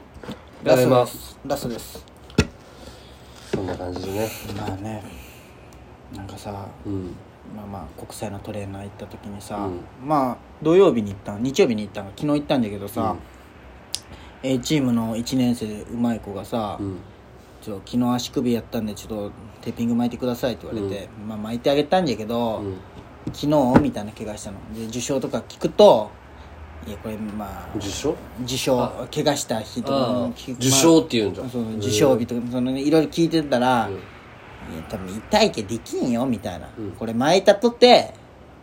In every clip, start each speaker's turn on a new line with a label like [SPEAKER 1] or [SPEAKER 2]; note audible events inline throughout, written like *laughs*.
[SPEAKER 1] りがとうござい
[SPEAKER 2] ラ
[SPEAKER 1] ま
[SPEAKER 2] スト
[SPEAKER 1] す
[SPEAKER 2] ですラストです
[SPEAKER 1] そんな感じでね
[SPEAKER 2] まあねなんかさ
[SPEAKER 1] うん
[SPEAKER 2] まあまあ国際のトレーナー行った時にさ、
[SPEAKER 1] うん
[SPEAKER 2] まあ土曜日に行った日曜日に行ったの昨日行ったんだけどさ、A チームの1年生でうまい子がさ、
[SPEAKER 1] うん
[SPEAKER 2] ちょっと昨日足首やったんでちょっとテーピング巻いてくださいって言われて、まあ巻いてあげたんだけど、
[SPEAKER 1] うん
[SPEAKER 2] 昨日みたいな怪我したので受賞とか聞くといやこれまあ
[SPEAKER 1] 受賞
[SPEAKER 2] 受賞怪我した日とか
[SPEAKER 1] あ
[SPEAKER 2] も
[SPEAKER 1] あ
[SPEAKER 2] 聞く
[SPEAKER 1] 受賞って言うんじゃ
[SPEAKER 2] まあ
[SPEAKER 1] ん
[SPEAKER 2] そう受賞日とかそのねいろいろ聞いてたら、
[SPEAKER 1] うん
[SPEAKER 2] いや多分痛いけできんよみたいな、
[SPEAKER 1] うん
[SPEAKER 2] これ巻いたとて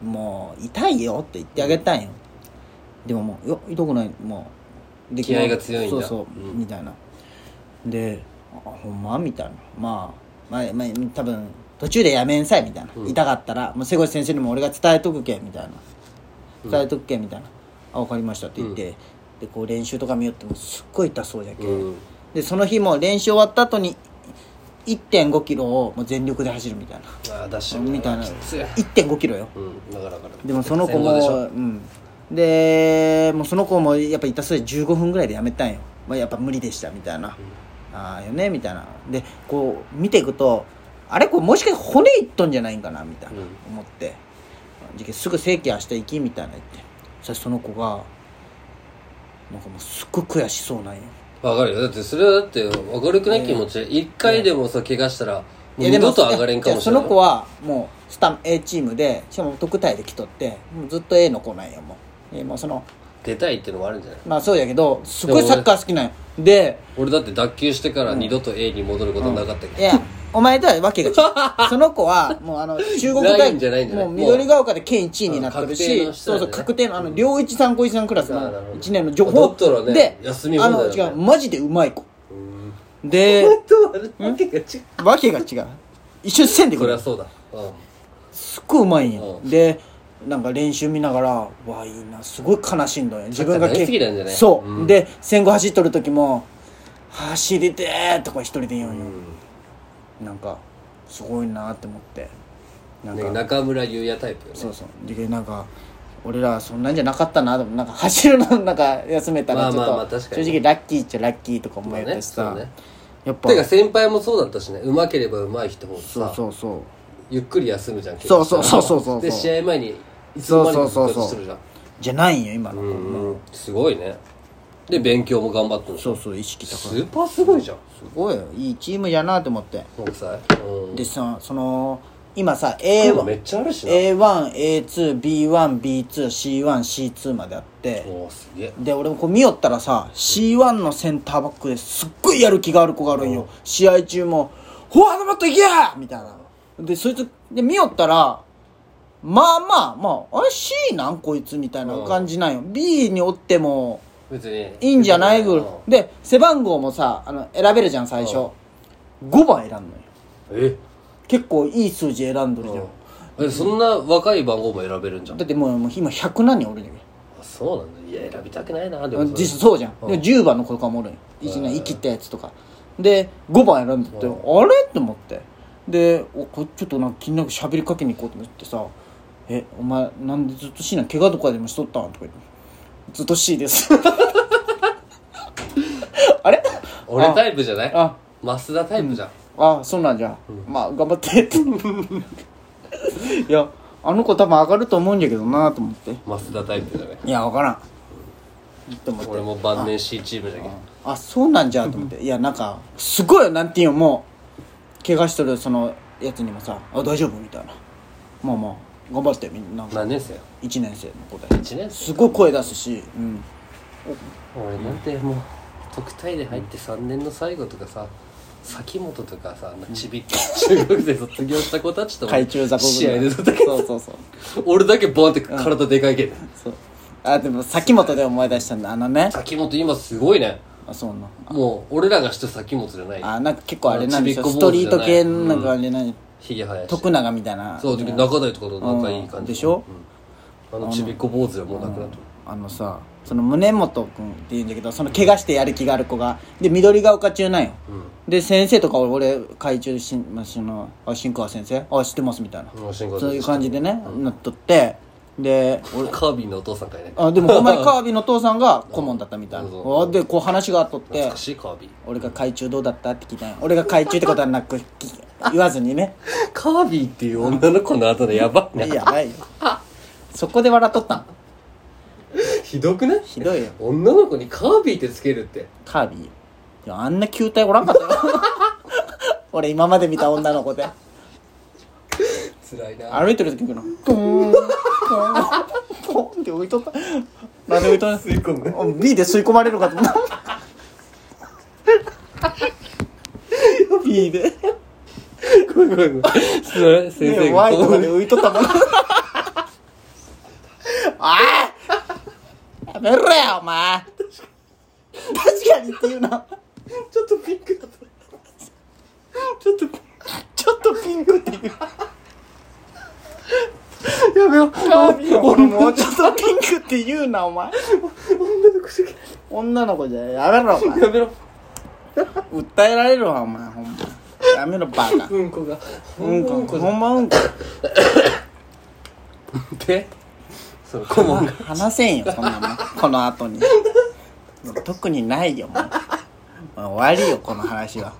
[SPEAKER 2] もう痛いよって言ってあげたんよ、でももういや痛くないもうできない
[SPEAKER 1] 気合が強いんだ
[SPEAKER 2] そうそう、
[SPEAKER 1] うん
[SPEAKER 2] みたいなであほんまみたいなまあまあ、まあ、多分途中でやめんさいみたいな、
[SPEAKER 1] うん
[SPEAKER 2] 痛かったらもう瀬越先生にも俺が伝えとくけみたいな伝えとくけみたいな「あ分かりました」って言って、でこう練習とか見よってもすっごい痛そうじゃけ、
[SPEAKER 1] うん
[SPEAKER 2] でその日も練習終わった後に1 5キロをもう全力で走るみたいな
[SPEAKER 1] ああダッシュ
[SPEAKER 2] みたいな
[SPEAKER 1] きつい
[SPEAKER 2] 1 5キロよ
[SPEAKER 1] うんだからだから
[SPEAKER 2] でもその子も
[SPEAKER 1] 戦後でしょ
[SPEAKER 2] うんでもうその子もやっぱ痛そうで15分ぐらいでやめたんよ、まあ、やっぱ無理でしたみたいな、ああよねみたいなでこう見ていくとあれこれもしかして骨いっとんじゃないんかなみたいな、
[SPEAKER 1] うん
[SPEAKER 2] 思ってじゃけすぐ正規明日行きみたいな言ってそしたらその子がなんかもうすっごい悔しそうなんよ
[SPEAKER 1] わかるよだってそれはだってわかるくない気持ち一回でもさ怪我したらもう
[SPEAKER 2] いや
[SPEAKER 1] 二度と
[SPEAKER 2] いや
[SPEAKER 1] 上がれんかもしれ
[SPEAKER 2] いやそ
[SPEAKER 1] ない
[SPEAKER 2] の子はもうスタ A チームでしかも特待で来とってもうずっと A の子なんよもう、えーもうその
[SPEAKER 1] 出たいっていうのもあるんじゃない
[SPEAKER 2] まあそうやけどすごいサッカー好きなんよで
[SPEAKER 1] 俺だって脱臼してから二度と A に戻ることはなかったけ
[SPEAKER 2] い
[SPEAKER 1] ど
[SPEAKER 2] やお前とはわけが違
[SPEAKER 1] *laughs*
[SPEAKER 2] うその子はもうあの中国
[SPEAKER 1] ライ
[SPEAKER 2] 大
[SPEAKER 1] ンじゃないんじゃない
[SPEAKER 2] もう緑が丘で県1位になってるし、
[SPEAKER 1] うん確定の人
[SPEAKER 2] そ
[SPEAKER 1] だ
[SPEAKER 2] う
[SPEAKER 1] よね
[SPEAKER 2] そう確定のあの両一三高一三クラス
[SPEAKER 1] あーなるほ
[SPEAKER 2] の
[SPEAKER 1] ど
[SPEAKER 2] 1年の情
[SPEAKER 1] だ
[SPEAKER 2] 報
[SPEAKER 1] ったらね
[SPEAKER 2] で
[SPEAKER 1] 休み放
[SPEAKER 2] あ
[SPEAKER 1] 題だ
[SPEAKER 2] の
[SPEAKER 1] よね
[SPEAKER 2] 違うマジでうまい子
[SPEAKER 1] *laughs*
[SPEAKER 2] で
[SPEAKER 1] わけが違う *laughs*
[SPEAKER 2] わけが違う一緒にせんで
[SPEAKER 1] そ
[SPEAKER 2] く
[SPEAKER 1] り
[SPEAKER 2] れ
[SPEAKER 1] ゃそうだうん
[SPEAKER 2] すっごいうまいんよ、
[SPEAKER 1] うん
[SPEAKER 2] でなんか練習見ながらわあいいなすごい悲しんどんよ自分が
[SPEAKER 1] サッカー大好きなんじゃない
[SPEAKER 2] そう、
[SPEAKER 1] うん
[SPEAKER 2] で戦後走っとる時も「走りてー」とか一人で言うんよ、なんかすごいなって思ってなんか、
[SPEAKER 1] ね中村優也タイプよね
[SPEAKER 2] そうそうでなんか俺らそんなんじゃなかったなでもなんか走るの *laughs* なんか休めた
[SPEAKER 1] ま
[SPEAKER 2] ら
[SPEAKER 1] あ
[SPEAKER 2] ちょっと、
[SPEAKER 1] まあまあ確かに
[SPEAKER 2] 正直ラッキーっちゃラッキーとか思えたしさ、
[SPEAKER 1] まあねそうね
[SPEAKER 2] やっぱ
[SPEAKER 1] てか先輩もそうだったしねうまければうまい人も
[SPEAKER 2] そう
[SPEAKER 1] さ
[SPEAKER 2] そうそう
[SPEAKER 1] ゆっくり休むじゃん
[SPEAKER 2] そうそうそうそうそう
[SPEAKER 1] で試合前にいつの間にか復活してるじゃん
[SPEAKER 2] じゃないんよ今の、
[SPEAKER 1] うんすごいねで勉強も頑張ってるし
[SPEAKER 2] そうそう意識高い
[SPEAKER 1] スーパーすごいじゃん
[SPEAKER 2] すごいよいいチームやなと思って
[SPEAKER 1] 国際うん
[SPEAKER 2] でさその今さ
[SPEAKER 1] 今め
[SPEAKER 2] A1
[SPEAKER 1] っちゃあるしな
[SPEAKER 2] A1A2B1B2C1C2 まであって
[SPEAKER 1] おーすげえ
[SPEAKER 2] で俺もこう見よったらさ C1 のセンターバックですっごいやる気がある子があるんよ試合中も「フォワードもっと行けや!」みたいなでそいつで見よったらまあまあまああれ C なんこいつみたいな感じなんよ B におっても
[SPEAKER 1] 別に
[SPEAKER 2] いいんじゃないぐらい
[SPEAKER 1] うん
[SPEAKER 2] で背番号もさあの選べるじゃん最初
[SPEAKER 1] うん
[SPEAKER 2] 5番選んのよ
[SPEAKER 1] え
[SPEAKER 2] 結構いい数字選んどるじゃん
[SPEAKER 1] えそんな若い番号も選べるんじゃん
[SPEAKER 2] だってもうもう今100何人おるじゃ
[SPEAKER 1] あそうなんだいや選びたくないなで
[SPEAKER 2] ん
[SPEAKER 1] も
[SPEAKER 2] 実際そうじゃん
[SPEAKER 1] うん
[SPEAKER 2] でも10番の子とかもおるんよ一年生きたやつとかで5番選んでってあ
[SPEAKER 1] う
[SPEAKER 2] れと思ってでおこちょっとなんか気になる喋りかけに行こうと思ってさ「えお前なんでずっと C なん怪我とかでもしとったん?」とか言って「ずっと C *laughs* です」あれ
[SPEAKER 1] 俺タイプじゃない
[SPEAKER 2] あ
[SPEAKER 1] 増田タイプじゃん
[SPEAKER 2] あそうなんじゃ、まあ頑張ってって *laughs* いやあの子多分上がると思うんだけどなと思って
[SPEAKER 1] 増田タイプじゃない
[SPEAKER 2] いや分からんと思って
[SPEAKER 1] 俺も晩年 C チームじゃけん
[SPEAKER 2] あそうなんじゃと思っていやなんかすごいよなんていうのもう怪我しとるそのやつにもさ「あ大丈夫?」みたいな「まあまあ頑張って」みんな
[SPEAKER 1] 何年生よ
[SPEAKER 2] 1年生の子で
[SPEAKER 1] 1年生
[SPEAKER 2] すごい声出すし、うん、
[SPEAKER 1] 俺なんてもう特待で入って3年の最後とかさ崎本とかさあのちびっ子中学生卒業した子たちと
[SPEAKER 2] 海中雑魚
[SPEAKER 1] 試合で戦って
[SPEAKER 2] そうそうそう
[SPEAKER 1] 俺だけボンって体でかいけど
[SPEAKER 2] そうあでも先本で思い出したんだあのね
[SPEAKER 1] 崎本今すごいね
[SPEAKER 2] あそうな
[SPEAKER 1] もう俺らが知ってる崎本じゃない
[SPEAKER 2] あなんか結構あれなんですよ
[SPEAKER 1] ちびっ
[SPEAKER 2] ス
[SPEAKER 1] こ
[SPEAKER 2] ト
[SPEAKER 1] 坊主
[SPEAKER 2] リ
[SPEAKER 1] じ
[SPEAKER 2] ー
[SPEAKER 1] ゃない
[SPEAKER 2] ト系のなんかあれな、
[SPEAKER 1] ひげ生やして
[SPEAKER 2] 徳永みたいな
[SPEAKER 1] そうで中台とかと仲いい感じ、
[SPEAKER 2] でしょ
[SPEAKER 1] うんあのちびっこ坊主はもうなくなった
[SPEAKER 2] あのさその宗本君っていうんだけどその怪我してやる気がある子がで緑が丘中なんよ、で先生とか俺会中しん、まあ、そのあ新川先生あ知ってますみたいな、
[SPEAKER 1] うん新川先生
[SPEAKER 2] そういう感じでね、なっとってで俺
[SPEAKER 1] カービィのお父さんかいね
[SPEAKER 2] あでもほんまにカービィの父さんが顧問だったみたい
[SPEAKER 1] そうそう
[SPEAKER 2] なでこう話があっとっ
[SPEAKER 1] 懐
[SPEAKER 2] て
[SPEAKER 1] かしいカービィ
[SPEAKER 2] 俺が海中どうだったって聞いたんや俺が海中ってことはなくき言わずにね
[SPEAKER 1] カービィっていう女の子の後でやばいな
[SPEAKER 2] やばいよそこで笑っとったん
[SPEAKER 1] ひどくない
[SPEAKER 2] ひどいよ
[SPEAKER 1] 女の子にカービィってつけるって
[SPEAKER 2] カービィいやあんな球体おらんかったよ *laughs* 俺今まで見た女の子で
[SPEAKER 1] 辛いな
[SPEAKER 2] 歩いてる時行くのポーンポーンポーンって浮いとったなんで浮いとん
[SPEAKER 1] 吸い込む
[SPEAKER 2] B で吸い込まれるかと思った B で
[SPEAKER 1] ごめんごめんごめんすいません先生
[SPEAKER 2] ね
[SPEAKER 1] が
[SPEAKER 2] ワイドで浮いとったもんああやめろやお前確かにって言うな
[SPEAKER 1] ちょっとピンクだったちょっとピン
[SPEAKER 2] ちょっとピンクって言う
[SPEAKER 1] クやめよう
[SPEAKER 2] *laughs* 俺もうちょっとピンクって言うなお前
[SPEAKER 1] 女の子すぎ
[SPEAKER 2] 女の子じゃやめろお前
[SPEAKER 1] やめろ
[SPEAKER 2] 訴えられるわお前ほんまやめろバカ
[SPEAKER 1] うんこが
[SPEAKER 2] うんこほんまうんこ
[SPEAKER 1] でその顧問が
[SPEAKER 2] 話せんよそんなのこの後に特にないよもうもう終わりよこの話は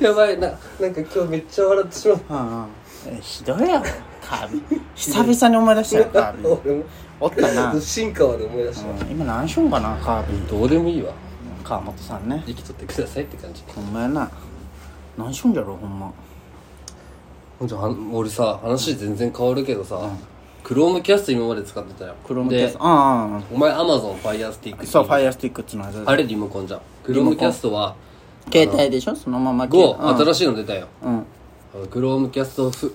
[SPEAKER 1] やばいななんか今日めっちゃ笑ってしまう
[SPEAKER 2] うんうんえひどいよカービィ久々に思い出したよカービィ
[SPEAKER 1] 俺も
[SPEAKER 2] おったな、うん、
[SPEAKER 1] 進化まで思い出した
[SPEAKER 2] 今何しよんかなカービィ
[SPEAKER 1] どうでもいいわ
[SPEAKER 2] 川本さんね
[SPEAKER 1] 生きとってくださいって感じ
[SPEAKER 2] ほんまやな何しよんじゃろほんま
[SPEAKER 1] じゃあ俺さ話全然変わるけどさクロームキャスト今まで使ってたよ
[SPEAKER 2] クロームキャス
[SPEAKER 1] で
[SPEAKER 2] トうんうん
[SPEAKER 1] お前アマゾンファイヤースティック
[SPEAKER 2] そうファイアスティックっつうのは
[SPEAKER 1] あれリモコンじゃんクロームキャストは
[SPEAKER 2] 携帯でしょそのまま携
[SPEAKER 1] GO
[SPEAKER 2] 帯うん
[SPEAKER 1] 新しいの出たよ
[SPEAKER 2] うん
[SPEAKER 1] クロームキャストフ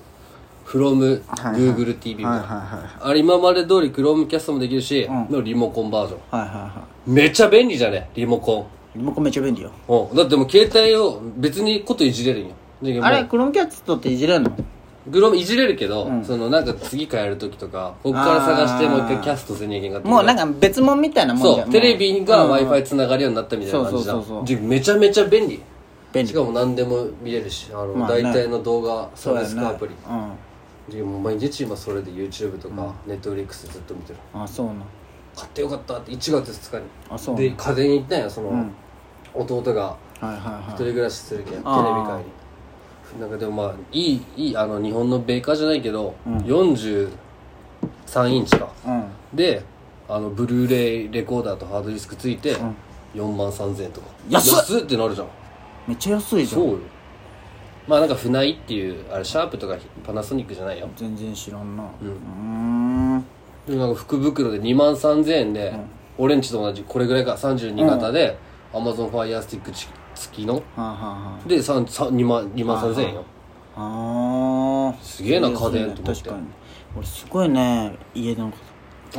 [SPEAKER 1] from
[SPEAKER 2] いはい
[SPEAKER 1] Google TV みた
[SPEAKER 2] は
[SPEAKER 1] い
[SPEAKER 2] いはい
[SPEAKER 1] なあれ今まで通りクロームキャストもできるしのリモコンバージョン
[SPEAKER 2] はいはいは
[SPEAKER 1] めっちゃ便利じゃねリモコン
[SPEAKER 2] いリモコンめっちゃ便利よ
[SPEAKER 1] うん、だってもう携帯を別にこといじれるんよで
[SPEAKER 2] あれ
[SPEAKER 1] も
[SPEAKER 2] クロームキャストっていじれんの
[SPEAKER 1] うグロムいじれるけど、そのなんか次変える時とかこっから探してもう一回キャストせにゃいけんかった
[SPEAKER 2] もうなんか別物みたいなもんじ
[SPEAKER 1] そ
[SPEAKER 2] ゃん
[SPEAKER 1] うテレビが w i f i つながるようになったみたいな感じだ
[SPEAKER 2] そうそうそうそう
[SPEAKER 1] でめちゃめちゃ便利
[SPEAKER 2] 便利
[SPEAKER 1] しかも何でも見れるしあの、
[SPEAKER 2] まあね
[SPEAKER 1] 大体の動画サ
[SPEAKER 2] そう
[SPEAKER 1] ブ
[SPEAKER 2] や
[SPEAKER 1] スク
[SPEAKER 2] な
[SPEAKER 1] ア
[SPEAKER 2] う
[SPEAKER 1] プ
[SPEAKER 2] ん
[SPEAKER 1] リでもう毎日今それで YouTube とか Netflix ずっと見てる
[SPEAKER 2] あそうな
[SPEAKER 1] 買ってよかったって1月2日に
[SPEAKER 2] あそう
[SPEAKER 1] で家電に行ったんやその、弟が
[SPEAKER 2] はいはい
[SPEAKER 1] 一
[SPEAKER 2] はい
[SPEAKER 1] 人暮らしするけんテレビ
[SPEAKER 2] あー
[SPEAKER 1] 界になんかでもまあいいいいあの日本の米ーじゃないけど、43インチか
[SPEAKER 2] うん
[SPEAKER 1] であのブルーレイレコーダーとハードディスクついて、4万3000円とか
[SPEAKER 2] 安っ
[SPEAKER 1] っってなるじゃん
[SPEAKER 2] めっちゃ安いじゃ
[SPEAKER 1] そうんよまあなんか船井っていうあれシャープとかパナソニックじゃないよ
[SPEAKER 2] 全然知らんなうんん
[SPEAKER 1] でなんか福袋で2万3000円で、俺んちと同じこれぐらいか32型で、Amazon Fire Stick 付きの
[SPEAKER 2] はあはあは
[SPEAKER 1] でさんさ2万2万3000円よ
[SPEAKER 2] ああー
[SPEAKER 1] すげえな家電と思って
[SPEAKER 2] 確かに俺すごいね家のこと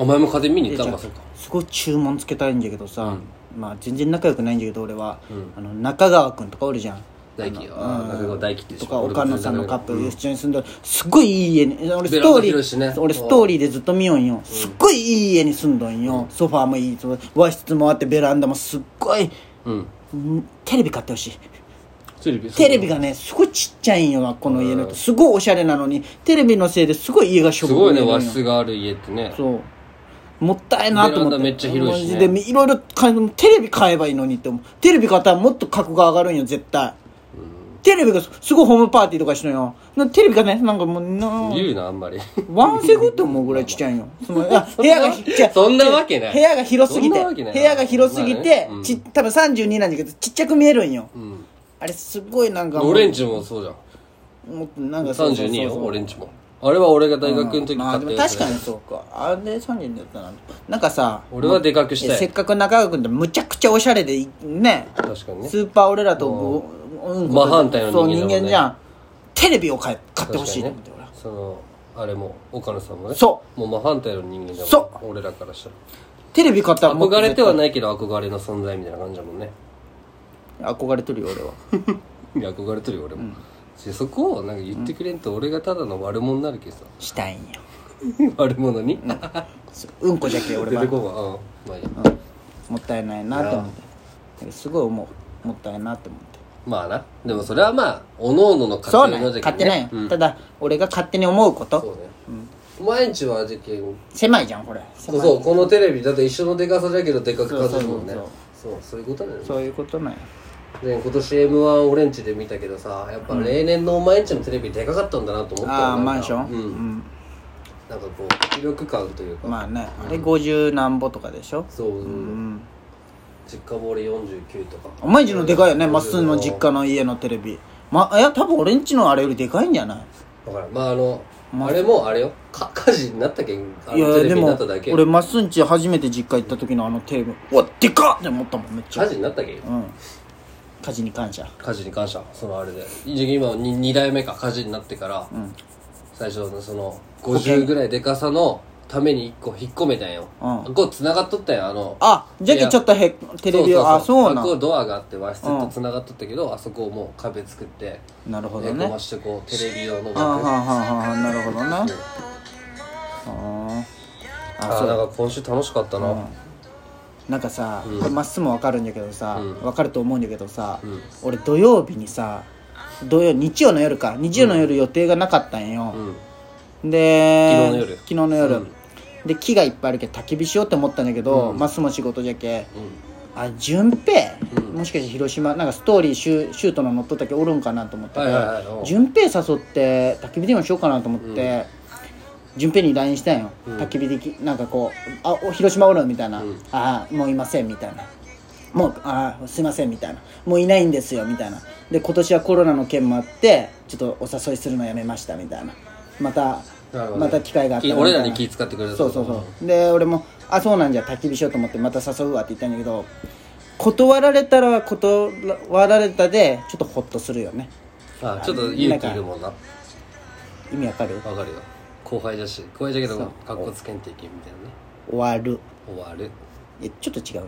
[SPEAKER 1] お前も家電見に行ったん
[SPEAKER 2] で
[SPEAKER 1] か
[SPEAKER 2] じ
[SPEAKER 1] そ
[SPEAKER 2] ゃ
[SPEAKER 1] っか
[SPEAKER 2] あすごい注文つけたいんだけどさ、まあ全然仲良くないんだけど俺は、
[SPEAKER 1] ん
[SPEAKER 2] あの中川君とかおるじゃん
[SPEAKER 1] 大輝ああ中川大輝って
[SPEAKER 2] とか岡
[SPEAKER 1] 岡
[SPEAKER 2] 野
[SPEAKER 1] 野
[SPEAKER 2] さんのカップル一緒に住んでるすっごいいい家に俺
[SPEAKER 1] ベ
[SPEAKER 2] ス
[SPEAKER 1] ランダ
[SPEAKER 2] トーリ
[SPEAKER 1] 広いし
[SPEAKER 2] ー、
[SPEAKER 1] ね
[SPEAKER 2] 俺ストーリーでずっと見よんよすっごいいい家に住んどんよ、ソファーもいいそう和室もあってベランダもすっごい
[SPEAKER 1] うん
[SPEAKER 2] んテレビ買ってほしい
[SPEAKER 1] テレビ
[SPEAKER 2] テレビがねすごいちっちゃいんよこの家のすごいおしゃれなのにテレビのせいですごい家がしょ
[SPEAKER 1] すごいね和室がある家ってね
[SPEAKER 2] そうもったいなと思って
[SPEAKER 1] ベランダめっちゃ広いしね
[SPEAKER 2] マジでいろいろ買いテレビ買えばいいのにって思うテレビ買ったらもっと格が上がるんよ絶対テレビがすすごいホームパーティーとかしのよなテレビがねなんかもうな
[SPEAKER 1] 言うなあんまり
[SPEAKER 2] ワンセグって思うぐらいちっちゃいんよ。そのいや部屋がひ、違う
[SPEAKER 1] *laughs* そんなわけない
[SPEAKER 2] 部屋が広すぎ
[SPEAKER 1] そん
[SPEAKER 2] て、
[SPEAKER 1] なわけない
[SPEAKER 2] 部屋が広すぎて、
[SPEAKER 1] まあねうん
[SPEAKER 2] ち、多分32なんだけど、ちっちゃく見えるんよ。
[SPEAKER 1] ん
[SPEAKER 2] あれすごいなんかもう、
[SPEAKER 1] 俺んちもそうじゃん
[SPEAKER 2] もっとなんかそうそうそう
[SPEAKER 1] 32よ俺んちもあれは俺が大学の時
[SPEAKER 2] ま
[SPEAKER 1] 買
[SPEAKER 2] あ
[SPEAKER 1] っ
[SPEAKER 2] で
[SPEAKER 1] た
[SPEAKER 2] も
[SPEAKER 1] や
[SPEAKER 2] 確
[SPEAKER 1] つ
[SPEAKER 2] か
[SPEAKER 1] だ
[SPEAKER 2] に
[SPEAKER 1] よ
[SPEAKER 2] そうか。あれ32だったな。なんかさ、
[SPEAKER 1] 俺はでかくし
[SPEAKER 2] いや
[SPEAKER 1] た
[SPEAKER 2] せっ
[SPEAKER 1] い
[SPEAKER 2] かく中川君ってむちゃくちゃおしゃれでいね
[SPEAKER 1] 確かにね
[SPEAKER 2] スーパー俺らとご、うん
[SPEAKER 1] 真反対の人間だもんね
[SPEAKER 2] そう人間じゃんテレビを買え買ってほ
[SPEAKER 1] 確か
[SPEAKER 2] しいと
[SPEAKER 1] にね
[SPEAKER 2] 思って俺は
[SPEAKER 1] そのあれも岡野さんもね
[SPEAKER 2] そう
[SPEAKER 1] もう真反対の人間だもん
[SPEAKER 2] そ
[SPEAKER 1] 俺らからしたら
[SPEAKER 2] テレビ買ったらもっと
[SPEAKER 1] 憧れ
[SPEAKER 2] 絶
[SPEAKER 1] て
[SPEAKER 2] 対
[SPEAKER 1] はないけど憧れの存在みたいな感じだもんね
[SPEAKER 2] 憧れてるよ俺はい
[SPEAKER 1] *laughs* や憧れてるよ俺もでそこをなんか言ってくれんと俺がただの悪者になるけ
[SPEAKER 2] *laughs*
[SPEAKER 1] どさ
[SPEAKER 2] したいんよ
[SPEAKER 1] 悪者に
[SPEAKER 2] うんこじゃけ俺
[SPEAKER 1] 出
[SPEAKER 2] は
[SPEAKER 1] てこんわ *laughs* うんまあいいや
[SPEAKER 2] もったいないなと思ってすごい思うもったいなって思って
[SPEAKER 1] まあなでもそれはまあおのおのの
[SPEAKER 2] そう
[SPEAKER 1] 勝手
[SPEAKER 2] な
[SPEAKER 1] な
[SPEAKER 2] の
[SPEAKER 1] じゃ
[SPEAKER 2] 勝手なんよ、
[SPEAKER 1] うん、
[SPEAKER 2] ただ俺が勝手に思うこ
[SPEAKER 1] そう
[SPEAKER 2] と
[SPEAKER 1] ね、毎日はじゃけん
[SPEAKER 2] 狭いじゃんこれ
[SPEAKER 1] そ
[SPEAKER 2] 狭
[SPEAKER 1] う
[SPEAKER 2] い
[SPEAKER 1] そうこのテレビだって一緒のでかさだけどでかく感じるもんね
[SPEAKER 2] そうそう
[SPEAKER 1] そうそういうことだよね
[SPEAKER 2] そういうことなんよ
[SPEAKER 1] で今年 m 1俺んちで見たけどさやっぱ例年のお前んちのテレビでかかったんだなと思ったわ
[SPEAKER 2] ああ
[SPEAKER 1] なんか
[SPEAKER 2] マンション
[SPEAKER 1] うん、なんかこう迫力感というか、
[SPEAKER 2] まあねあれ50何歩とかでしょ
[SPEAKER 1] そう、
[SPEAKER 2] うん
[SPEAKER 1] 実家も俺49とか
[SPEAKER 2] お前んちのでかいよねまっすーの実家の家のテレビまあいや多分俺んちのあれよりでかいんじゃない
[SPEAKER 1] だからんまああの、あれもあれよか火事になったけんあ
[SPEAKER 2] い
[SPEAKER 1] の
[SPEAKER 2] や
[SPEAKER 1] テレ
[SPEAKER 2] で
[SPEAKER 1] ビにな
[SPEAKER 2] も
[SPEAKER 1] っただけ
[SPEAKER 2] 俺まっすんち初めて実家行った時のあのテレビうわでかっって思ったもんめっち
[SPEAKER 1] 火
[SPEAKER 2] ゃ
[SPEAKER 1] 事になったけ
[SPEAKER 2] う
[SPEAKER 1] ん
[SPEAKER 2] ん家事に感謝
[SPEAKER 1] 火事に感謝そのあれで今 2, 代目か火事になってから、最初のその50ぐらいでかさのために1個引っ込めたんよ、
[SPEAKER 2] う
[SPEAKER 1] こう繋がっとったんよあの
[SPEAKER 2] あじゃけちょっとへテレビをあそうな
[SPEAKER 1] こうんドアがあって和室と繋がっとったけど、あそこをもう壁作って
[SPEAKER 2] なるほ
[SPEAKER 1] え
[SPEAKER 2] ど
[SPEAKER 1] こ
[SPEAKER 2] ね
[SPEAKER 1] ましてこうテレビ用の
[SPEAKER 2] あはあは
[SPEAKER 1] 幕
[SPEAKER 2] あはあなるほどねあ
[SPEAKER 1] あ
[SPEAKER 2] あ
[SPEAKER 1] あなんか今週楽しかったな、
[SPEAKER 2] なんかさ、これまっすぐも分かるんだけどさ、
[SPEAKER 1] うん
[SPEAKER 2] 分かると思うんだけどさ、
[SPEAKER 1] ん
[SPEAKER 2] 俺土曜日にさ土曜日曜の夜か日曜の夜予定がなかったんよ
[SPEAKER 1] う、ん
[SPEAKER 2] で
[SPEAKER 1] 昨日の夜
[SPEAKER 2] 昨日の夜
[SPEAKER 1] うん
[SPEAKER 2] で木がいっぱいあるけど焚き火しようって思ったんだけど、
[SPEAKER 1] うん
[SPEAKER 2] まっすぐも仕事じゃけ
[SPEAKER 1] う
[SPEAKER 2] あ順平、
[SPEAKER 1] うん
[SPEAKER 2] もしかして広島なんかストーリーシュシュートの乗っとったけおるんかなと思って、
[SPEAKER 1] はいはいはいうん
[SPEAKER 2] 順平誘って焚き火でもしようかなと思って、順平に LINE したんよ、
[SPEAKER 1] うん
[SPEAKER 2] 焚き火できなんかこう「あお広島おる?」みたいな「
[SPEAKER 1] うん
[SPEAKER 2] ああもういません」みたいな「もうああすいません」みたいな「もういないんですよ」みたいなで今年はコロナの件もあってちょっとお誘いするのやめましたみたいなまた
[SPEAKER 1] なるほどね
[SPEAKER 2] また機会があった
[SPEAKER 1] き
[SPEAKER 2] みたいな
[SPEAKER 1] 俺らに気使ってくれた
[SPEAKER 2] そうそうそうで俺も「あそうなんじゃ焚き火しようと思ってまた誘うわ」って言ったんだけど断られたら断られたでちょっとホッとするよね
[SPEAKER 1] あちょっと勇気いるもんな
[SPEAKER 2] 意味わかる
[SPEAKER 1] わかるよ後輩だし後輩だけどかっこつけんといけんみたいなね
[SPEAKER 2] 終わる
[SPEAKER 1] 終わる
[SPEAKER 2] えちょっと違う